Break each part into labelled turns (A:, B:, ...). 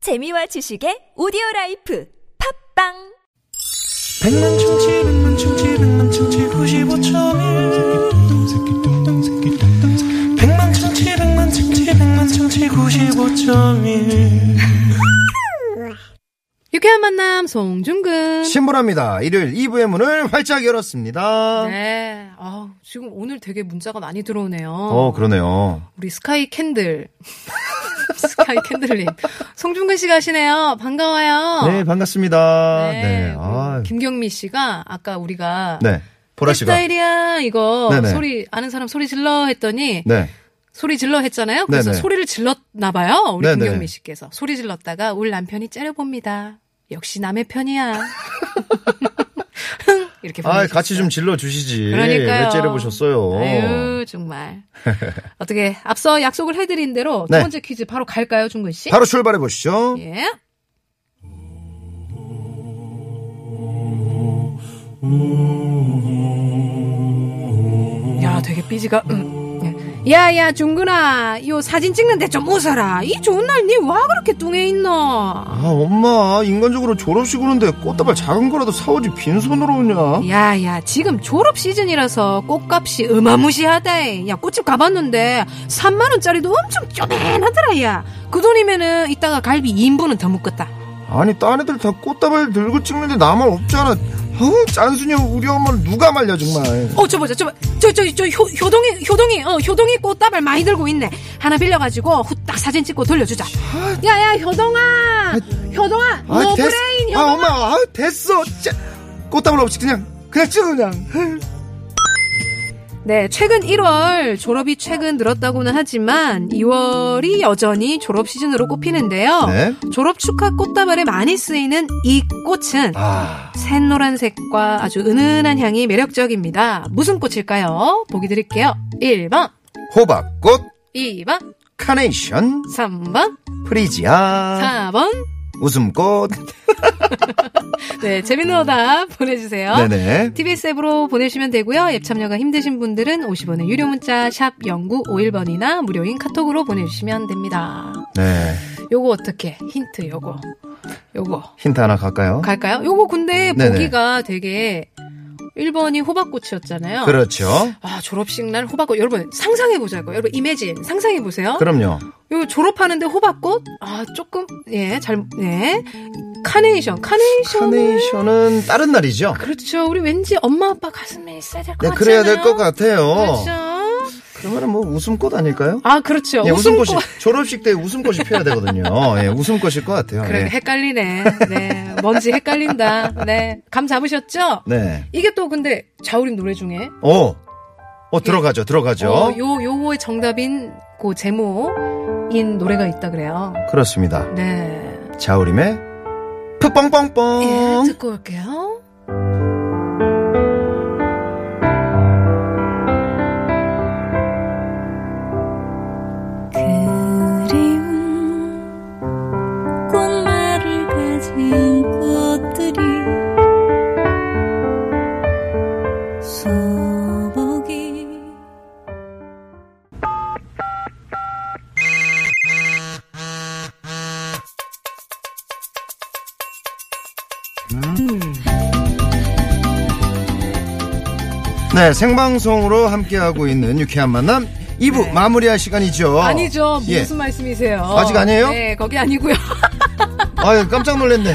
A: 재미와 지식의 오디오 라이프 팝빵
B: 백만 충치 백만 충치 백만 충치 구십오점일 백만 충치 백만 충치 백만 충치 구십오점일
C: 유쾌한 만남 송중근.
D: 신보라입니다. 일요일 2부의 문을 활짝 열었습니다.
C: 네. 아, 지금 오늘 되게 문자가 많이 들어오네요.
D: 어, 그러네요.
C: 우리 스카이 캔들. 스카이 캔들님. 송중근 씨가 하시네요. 반가워요.
D: 네, 반갑습니다.
C: 어. 네.
D: 네.
C: 그리고
D: 아,
C: 김경미 씨가 아까 우리가
D: 네. 보라 씨가.
C: 스타일이야 이거
D: 네네.
C: 소리 아는 사람 소리 질러 했더니
D: 네.
C: 소리 질러 했잖아요. 그래서
D: 네네.
C: 소리를 질렀나 봐요. 우리
D: 네네.
C: 김경미 씨께서 소리 질렀다가 우리 남편이 째려봅니다. 역시 남의 편이야. 이렇게
D: 아,
C: 보내주셨어요.
D: 같이 좀 질러 주시지.
C: 그러니까요.
D: 왜 예, 째려보셨어요?
C: 아유 정말 어떻게 앞서 약속을 해드린 대로
D: 네.
C: 첫 번째 퀴즈 바로 갈까요 중근 씨?
D: 바로 출발해 보시죠.
C: 예. 야 되게 삐지가 음. 야야 중근아 요 사진 찍는데 좀 웃어라 이 좋은 날 니 와 그렇게 뚱해 있노
D: 아, 엄마, 인간적으로 졸업식 오는데 꽃다발 작은 거라도 사오지 빈손으로 오냐?
C: 야야 지금 졸업 시즌이라서 꽃값이 어마무시하다 야 꽃집 가봤는데 3만원짜리도 엄청 쪼맨하더라 야그 돈이면은 이따가 갈비 2인분은 더 먹겠다
D: 아니, 딴 애들 다 꽃다발 들고 찍는데 나만 없잖아. 아우, 짠순이 우리 엄마를 누가 말려, 정말.
C: 어, 저 보자, 저, 봐. 저, 저, 저, 효, 효동이, 효동이, 어, 효동이 꽃다발 많이 들고 있네. 하나 빌려가지고 후딱 사진 찍고 돌려주자. 야, 야, 효동아! 효동아!
D: 아, 됐어.
C: 노브레인
D: 아,
C: 효동아!
D: 엄마, 아, 됐어. 진짜. 꽃다발 없이 그냥, 그냥 찍어, 그냥.
C: 네, 최근 1월 졸업이 최근 늘었다고는 하지만 2월이 여전히 졸업 시즌으로 꼽히는데요.
D: 네.
C: 졸업 축하 꽃다발에 많이 쓰이는 이 꽃은
D: 아,
C: 샛노란색과 아주 은은한 향이 매력적입니다. 무슨 꽃일까요? 보기 드릴게요. 1번,
D: 호박꽃,
C: 2번,
D: 카네이션,
C: 3번,
D: 프리지아,
C: 4번,
D: 웃음꽃.
C: 네, 재밌는 오답 보내주세요.
D: 네네.
C: TBS 앱으로 보내시면 되고요. 앱 참여가 힘드신 분들은 50원의 유료 문자 샵 0951번이나 무료인 카톡으로 보내주시면 됩니다.
D: 네.
C: 요거 어떻게? 힌트 요거. 요거.
D: 힌트 하나 갈까요?
C: 갈까요? 요거 근데
D: 네네.
C: 보기가 되게 1번이 호박꽃이었잖아요.
D: 그렇죠.
C: 아, 졸업식 날 호박꽃. 여러분, 상상해보자고. 여러분, 이매진. 상상해보세요.
D: 그럼요.
C: 요 졸업하는데 호박꽃? 아, 조금, 예, 잘, 예. 카네이션. 카네이션은.
D: 카네이션은 다른 날이죠.
C: 그렇죠. 우리 왠지 엄마 아빠 가슴에 있어야 될 것
D: 네,
C: 같아요.
D: 그래야 될 것 같아요.
C: 그렇죠.
D: 그러면 뭐 웃음꽃 아닐까요?
C: 아, 그렇죠.
D: 예,
C: 웃음꽃.
D: 웃음꽃이 졸업식 때 웃음꽃이 피어야 되거든요. 예, 웃음꽃일 것 같아요.
C: 그래,
D: 예.
C: 헷갈리네. 네. 뭔지 헷갈린다. 네. 감 잡으셨죠?
D: 네.
C: 이게 또 근데 자우림 노래 중에
D: 오, 어 들어가죠, 들어가죠.
C: 어, 요 요거의 정답인 그 제목인 노래가 있다 그래요.
D: 그렇습니다.
C: 네.
D: 자우림의
C: 예,
D: 푸뻥뻥뻥.
C: 듣고 올게요.
E: 그리운 꽃말을 가진 꽃들이 소복이
D: 네, 생방송으로 함께하고 있는 유쾌한 만남 2부 마무리할 시간이죠.
C: 네. 아니죠. 무슨
D: 예.
C: 말씀이세요?
D: 아직 아니에요? 음,
C: 네, 거기 아니고요.
D: 아유, 깜짝 놀랐네.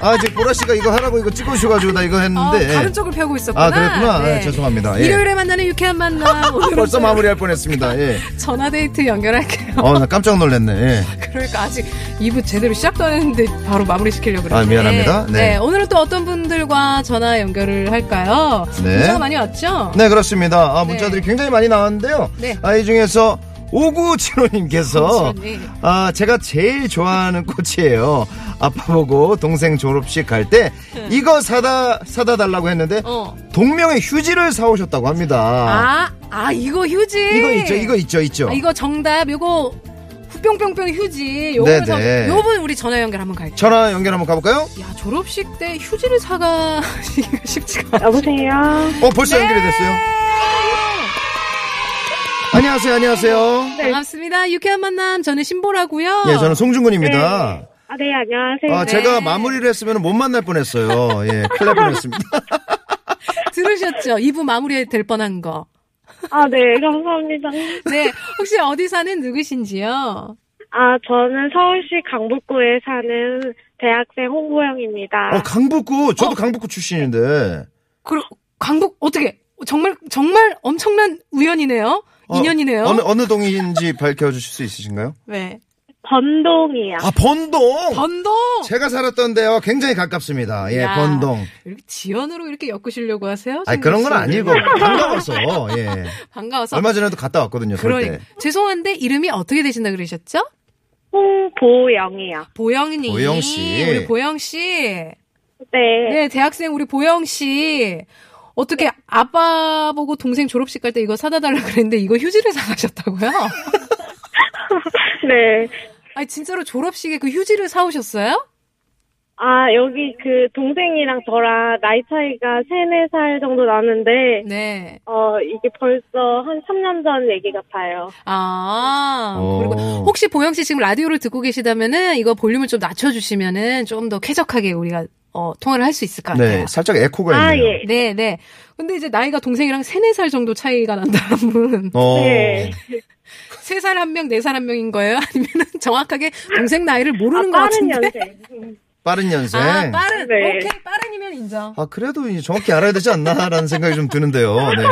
D: 아, 지금 보라 씨가 이거 하라고 이거 찍어주셔가지고 나 이거
C: 아,
D: 했는데.
C: 다른 쪽을 펴고 있었구나.
D: 네.
C: 네.
D: 아, 그랬구나. 예, 죄송합니다. 예.
C: 일요일에 만나는 유쾌한 만남. 오늘은
D: 아, 벌써 마무리할 뻔했습니다. 예.
C: 전화 데이트 연결할게요.
D: 어, 나 깜짝 놀랐네. 예.
C: 그러니까 아직 2부 제대로 시작도 안 했는데 바로 마무리 시키려고 그래요.
D: 아, 미안합니다.
C: 네.
D: 네.
C: 네, 오늘은 또 어떤 분들과 전화 연결을 할까요?
D: 네.
C: 문자가 많이 왔죠?
D: 네, 그렇습니다. 아, 문자들이
C: 네.
D: 굉장히 많이 나왔는데요.
C: 네.
D: 아, 이 중에서 5975님께서
C: 네.
D: 아, 제가 제일 좋아하는 꽃이에요. 아빠 보고 동생 졸업식 갈 때 이거 사다 사다 달라고 했는데
C: 네. 어.
D: 동명의 휴지를 사오셨다고 합니다.
C: 아, 아, 이거 휴지.
D: 이거 있죠, 이거 있죠, 있죠.
C: 아, 이거 정답, 이거 후뿅뿅뿅 휴지. 요거
D: 네,
C: 서
D: 네.
C: 요분 우리 전화 연결 한번 갈게요.
D: 전화 연결 한번 가볼까요?
C: 야, 졸업식 때 휴지를 사가시기가 쉽지가 않아.
D: 어,
C: 네.
D: 벌써 연결이 됐어요. 안녕하세요, 안녕하세요.
C: 네. 반갑습니다. 유쾌한 만남. 저는 신보라고요
D: 예, 저는 송중근입니다.
F: 아, 네, 안녕하세요.
D: 아, 제가 마무리를 했으면 못 만날 뻔했어요. 예, 큰일 날 뻔했습니다.
C: 들으셨죠? 2부 마무리 될 뻔한 거.
F: 아, 네, 감사합니다.
C: 네. 혹시 어디 사는 누구신지요?
F: 아, 저는 서울시 강북구에 사는 대학생 홍보영입니다.
D: 어, 강북구, 저도 강북구 출신인데.
C: 그 강북 어떻게? 정말 정말 엄청난 우연이네요.
D: 어,
C: 인연이네요.
D: 어느, 어느 동인지 밝혀주실 수 있으신가요?
C: 왜?
F: 번동이요.
D: 아, 번동!
C: 번동.
D: 제가 살았던 데와 굉장히 가깝습니다. 예,
C: 야.
D: 번동.
C: 이렇게 지연으로 이렇게 엮으시려고 하세요?
D: 아 그런 건
C: 신경
D: 아니고,
C: 쓰이네요.
D: 반가워서, 예.
C: 반가워서.
D: 얼마 전에도 갔다 왔거든요, 설
C: 그러니
D: 때.
C: 죄송한데 이름이 어떻게 되신다 그러셨죠?
F: 홍보영이요.
C: 보영님.
D: 보영 씨.
C: 우리 보영 씨.
F: 네.
C: 네, 대학생 우리 보영 씨. 어떻게 아빠 보고 동생 졸업식 갈 때 이거 사다 달라 그랬는데 이거 휴지를 사가셨다고요?
F: 네.
C: 아니 진짜로 졸업식에 그 휴지를 사오셨어요?
F: 아, 여기 그 동생이랑 저랑 나이 차이가 3, 4살 정도 나는데,
C: 네.
F: 어, 이게 벌써 한 3년 전 얘기 같아요.
C: 아
D: 오.
C: 그리고 혹시 보영 씨 지금 라디오를 듣고 계시다면은 이거 볼륨을 좀 낮춰주시면은 좀 더 쾌적하게 우리가 어, 통화를 할 수 있을 것 같아요.
D: 네, 살짝 에코가
F: 아,
D: 있네요.
F: 예.
C: 네, 네. 근데 이제 나이가 동생이랑 3, 4살 정도 차이가 난다는 분.
D: 어.
F: 네.
C: 3살 한 명, 4살 한 명인 거예요? 아니면 정확하게 동생 나이를
F: 아,
C: 모르는 것
F: 빠른
C: 같은데?
F: 연세. 음.
D: 빠른 연생.
C: 아, 빠른.
F: 네.
C: 오케이, 빠른이면 인정.
D: 아, 그래도 이제 정확히 알아야 되지 않나라는 생각이 좀 드는데요. 네.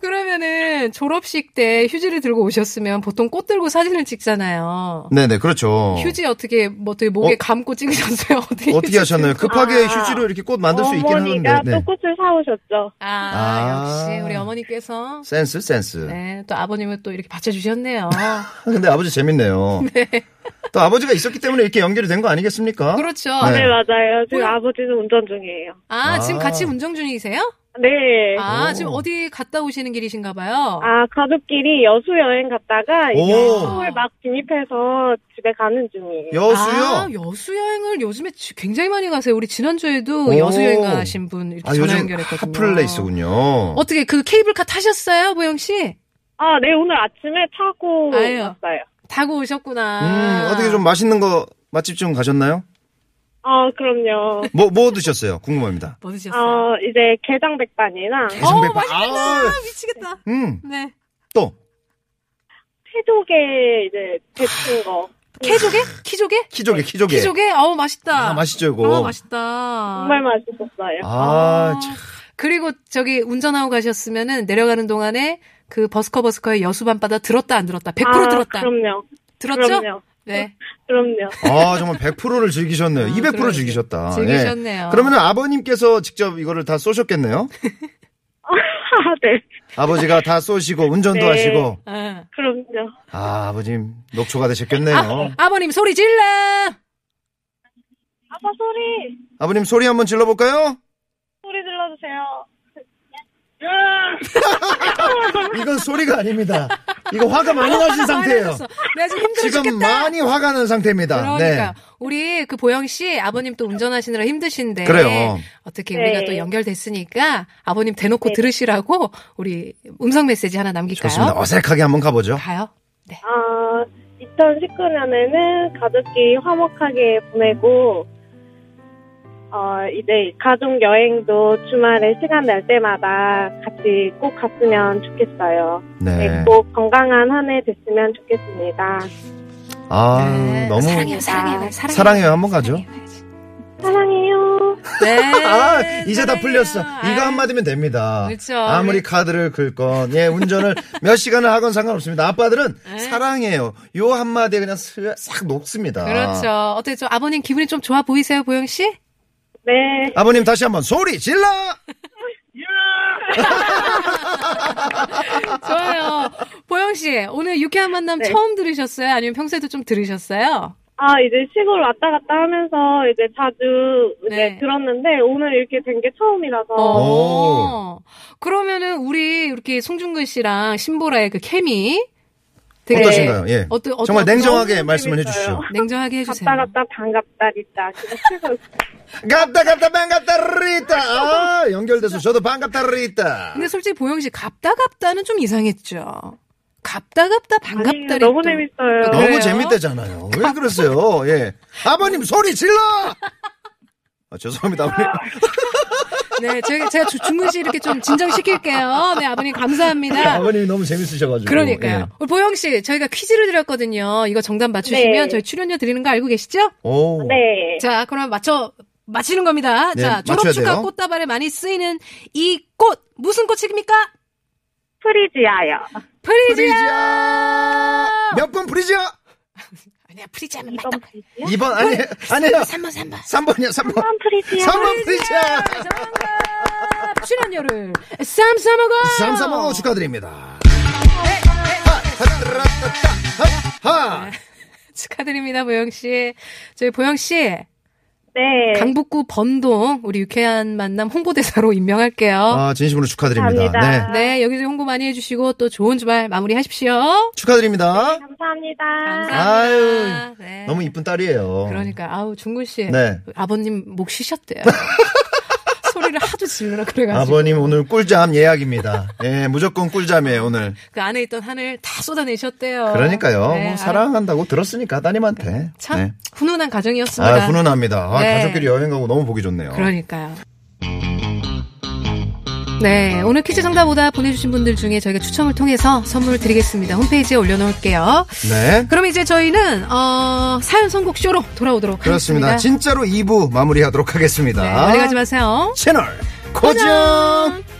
C: 그러면은 졸업식 때 휴지를 들고 오셨으면 보통 꽃 들고 사진을 찍잖아요.
D: 네네, 그렇죠.
C: 휴지 어떻게 뭐 어떻게 목에
D: 어?
C: 감고 찍으셨어요? 어떻게?
D: 어떻게
C: 휴지
D: 하셨나요?
C: 들고?
D: 급하게
F: 아.
D: 휴지로 이렇게 꽃 만들 수 있긴
F: 어머니가
D: 하는데. 네.
F: 또 꽃을 사오셨죠.
C: 아,
D: 아.
C: 역시 우리 어머니께서
D: 센스, 센스.
C: 네, 또 아버님을 또 이렇게 받쳐주셨네요.
D: 아, 근데 아버지 재밌네요. 또 아버지가 있었기 때문에 이렇게 연결이 된 거 아니겠습니까?
C: 그렇죠.
D: 네.
F: 네, 맞아요. 지금
C: 뭐야?
F: 아버지는 운전 중이에요.
C: 아, 지금
D: 아.
C: 같이 운전 중이세요?
F: 네. 아,
C: 아,
D: 오.
C: 지금 어디 갔다 오시는 길이신가 봐요.
D: 아,
F: 가족끼리 여수 여행 갔다가 이제
D: 오.
F: 서울 막 진입해서 집에 가는 중이에요.
D: 여수요?
C: 아, 여수 여행을 요즘에 지- 굉장히 많이 가세요. 우리 지난주에도
D: 오.
C: 여수 여행 가신 분 이렇게
D: 아,
C: 전화
D: 요즘
C: 연결했거든요.
D: 핫플레이스군요.
C: 어떻게 그 케이블카 타셨어요, 보영 씨?
F: 아, 네, 오늘 아침에 타고
C: 아유.
F: 왔어요.
C: 타고 오셨구나.
D: 음, 어떻게 좀 맛있는 거 맛집 좀 가셨나요?
F: 아, 그럼요.
D: 뭐, 뭐 드셨어요? 궁금합니다.
C: 뭐 드셨어요?
F: 어, 이제 게장 백반이랑
D: 개성 백반.
C: 어, 맛있겠다.
D: 아우.
C: 미치겠다.
D: 음,
C: 네.
D: 또.
F: 태조개 이제 데친 거.
C: 캐조개? 키조개?
D: 키조개, 키조개.
C: 네, 키조개? 어우, 맛있다.
D: 아, 맛있죠, 이거.
C: 아, 맛있다.
F: 정말 맛있었어요.
D: 아, 참.
C: 그리고 저기 운전하고 가셨으면은 내려가는 동안에 그 버스커버스커의 여수밤바다 들었다 안 들었다 100%
F: 아,
C: 들었다
F: 그럼요.
C: 들었죠?
F: 그럼요.
C: 네
F: 그럼요.
D: 아, 정말 100%를 즐기셨네요.
C: 아,
D: 200%
C: 그러네.
D: 즐기셨다. 예.
C: 즐기셨네요.
D: 그러면 아버님께서 직접 이거를 다 쏘셨겠네요?
F: 아, 네.
D: 아버지가 다 쏘시고, 운전도
F: 네.
D: 하시고.
C: 예.
F: 그럼요.
D: 아, 아버님, 녹초가 되셨겠네요.
C: 아, 아버님 소리 질러
F: 아빠 소리,
D: 아버님 소리 한번 질러볼까요?
F: 소리 질러주세요. 네.
D: 이건 소리가 아닙니다. 이거 화가 많이 나신 상태예요.
C: 화났어. 내가 아, 지금 힘들어
D: 지금
C: 죽겠다
D: 많이 화가 난 상태입니다. 네.
C: 그러니까 우리 그 보영 씨 아버님 또 운전하시느라 힘드신데
D: 그래요.
C: 어떻게
F: 네.
C: 우리가 또 연결됐으니까 아버님 대놓고 들으시라고 우리 음성 메시지 하나 남길까요?
D: 좋습니다. 어색하게 한번 가보죠.
C: 가요.
F: 아, 2019년에는 가족끼리 화목하게 보내고, 어, 이제 가족 여행도 주말에 시간 날 때마다 같이 꼭 갔으면 좋겠어요. 네,
D: 네.
F: 꼭 건강한 한 해 됐으면 좋겠습니다.
D: 아,
C: 네.
D: 너무
C: 사랑해요,
F: 아.
C: 사랑해요, 사랑해요.
D: 사랑해요. 한번 가죠.
F: 사랑해요.
C: 네.
D: 아, 이제 다
C: 사랑해요.
D: 풀렸어. 이거
C: 아유.
D: 한마디면 됩니다.
C: 그렇죠.
D: 아무리 카드를 긁건, 예, 운전을 몇 시간을 하건 상관없습니다. 아빠들은
C: 네.
D: 사랑해요. 요 한마디에 그냥 스- 싹 녹습니다.
C: 그렇죠. 어때요? 좀 아버님 기분이 좀 좋아 보이세요, 보영 씨?
F: 네.
D: 아버님 다시 한번 소리 질러!
C: 좋아요. 보영 씨, 오늘 유쾌한 만남
F: 네.
C: 처음 들으셨어요? 아니면 평소에도 좀 들으셨어요?
F: 아, 이제 시골 왔다 갔다 하면서 이제 자주 이제
C: 네. 어,
F: 들었는데 오늘 이렇게 된 게 처음이라서.
D: 오.
C: 그러면은 우리 이렇게 송중근 씨랑 신보라의 그 케미 되게
D: 어떠신가요? 예.
C: 어떠- 어떠-
D: 정말
C: 어떠-
D: 냉정하게
F: 너무
D: 말씀을
F: 재밌어요.
D: 해주시죠.
C: 냉정하게 해주세요.
F: 갔다 갔다 반갑다 리따. 그래서
D: 갑다, 갑다, 반갑다, 리따! 아, 연결돼서 저도 반갑다, 리따!
C: 근데 솔직히 보영 씨 갑다 갑다는 좀 이상했죠. 갑다 갑다 반갑다.
F: 너무 재밌어요.
D: 너무
C: 그래요?
D: 재밌대잖아요. 왜 그러세요? 예. 아버님 소리 질러! 아, 죄송합니다. 아버님.
C: 네, 제가, 제가 주- 중근 씨 이렇게 좀 진정시킬게요. 네, 아버님 감사합니다.
D: 아버님이 너무 재밌으셔가지고.
C: 그러니까요.
D: 예.
C: 우리 보영 씨, 저희가 퀴즈를 드렸거든요. 이거 정답 맞추시면
F: 네.
C: 저희 출연료 드리는 거 알고 계시죠?
D: 오.
F: 네.
C: 자, 그럼 맞춰 맞히는 겁니다.
D: 네,
C: 자,
D: 맞춰야
C: 졸업축하
D: 돼요.
C: 꽃다발에 많이 쓰이는 이 꽃, 무슨 꽃입니까?
F: 프리지아요.
C: 프리지아.
D: 프리지아! 몇 번 프리지아?
C: 아니야, 프리지아는
F: 이번 프리지아?
D: 2번, 아니, 아니에요.
C: 3번, 3번.
D: 3번이요, 3번.
F: 이번 프리지아.
D: 3번 프리지아!
C: 정답! 출연료를 쌈싸먹어!
D: 삼삼하고 축하드립니다. 하, 하,
C: 네.
D: 하.
C: 축하드립니다, 보영씨. 저희 보영씨,
F: 네.
C: 강북구 범동, 우리 유쾌한 만남 홍보대사로 임명할게요.
D: 아, 진심으로 축하드립니다.
F: 감사합니다.
D: 네.
C: 네, 여기서 홍보 많이 해주시고, 또 좋은 주말 마무리 하십시오.
D: 축하드립니다.
F: 감사합니다.
C: 감사합니다.
D: 아유,
C: 네.
D: 너무 이쁜 딸이에요.
C: 그러니까 아우 중근 씨
D: 네.
C: 아버님 목 쉬셨대요. 소리를 하도 질르라 그래가지고
D: 아버님 오늘 꿀잠 예약입니다. 예, 무조건 꿀잠이에요, 오늘.
C: 그 안에 있던 한을 다 쏟아내셨대요.
D: 그러니까요.
C: 네,
D: 뭐
C: 아유,
D: 사랑한다고 들었으니까 따님한테.
C: 참
D: 네.
C: 훈훈한 가정이었습니다.
D: 아, 훈훈합니다. 아,
C: 네.
D: 가족끼리 여행 가고 너무 보기 좋네요.
C: 그러니까요. 네, 오늘 퀴즈 정답 오다 보내주신 분들 중에 저희가 추첨을 통해서 선물을 드리겠습니다. 홈페이지에 올려놓을게요.
D: 네.
C: 그럼 이제 저희는 어, 사연 선곡 쇼로 돌아오도록
D: 그렇습니다.
C: 하겠습니다.
D: 진짜로 2부 마무리하도록 하겠습니다.
C: 네, 멀리 가지 마세요.
D: 채널 고정!
C: 고정!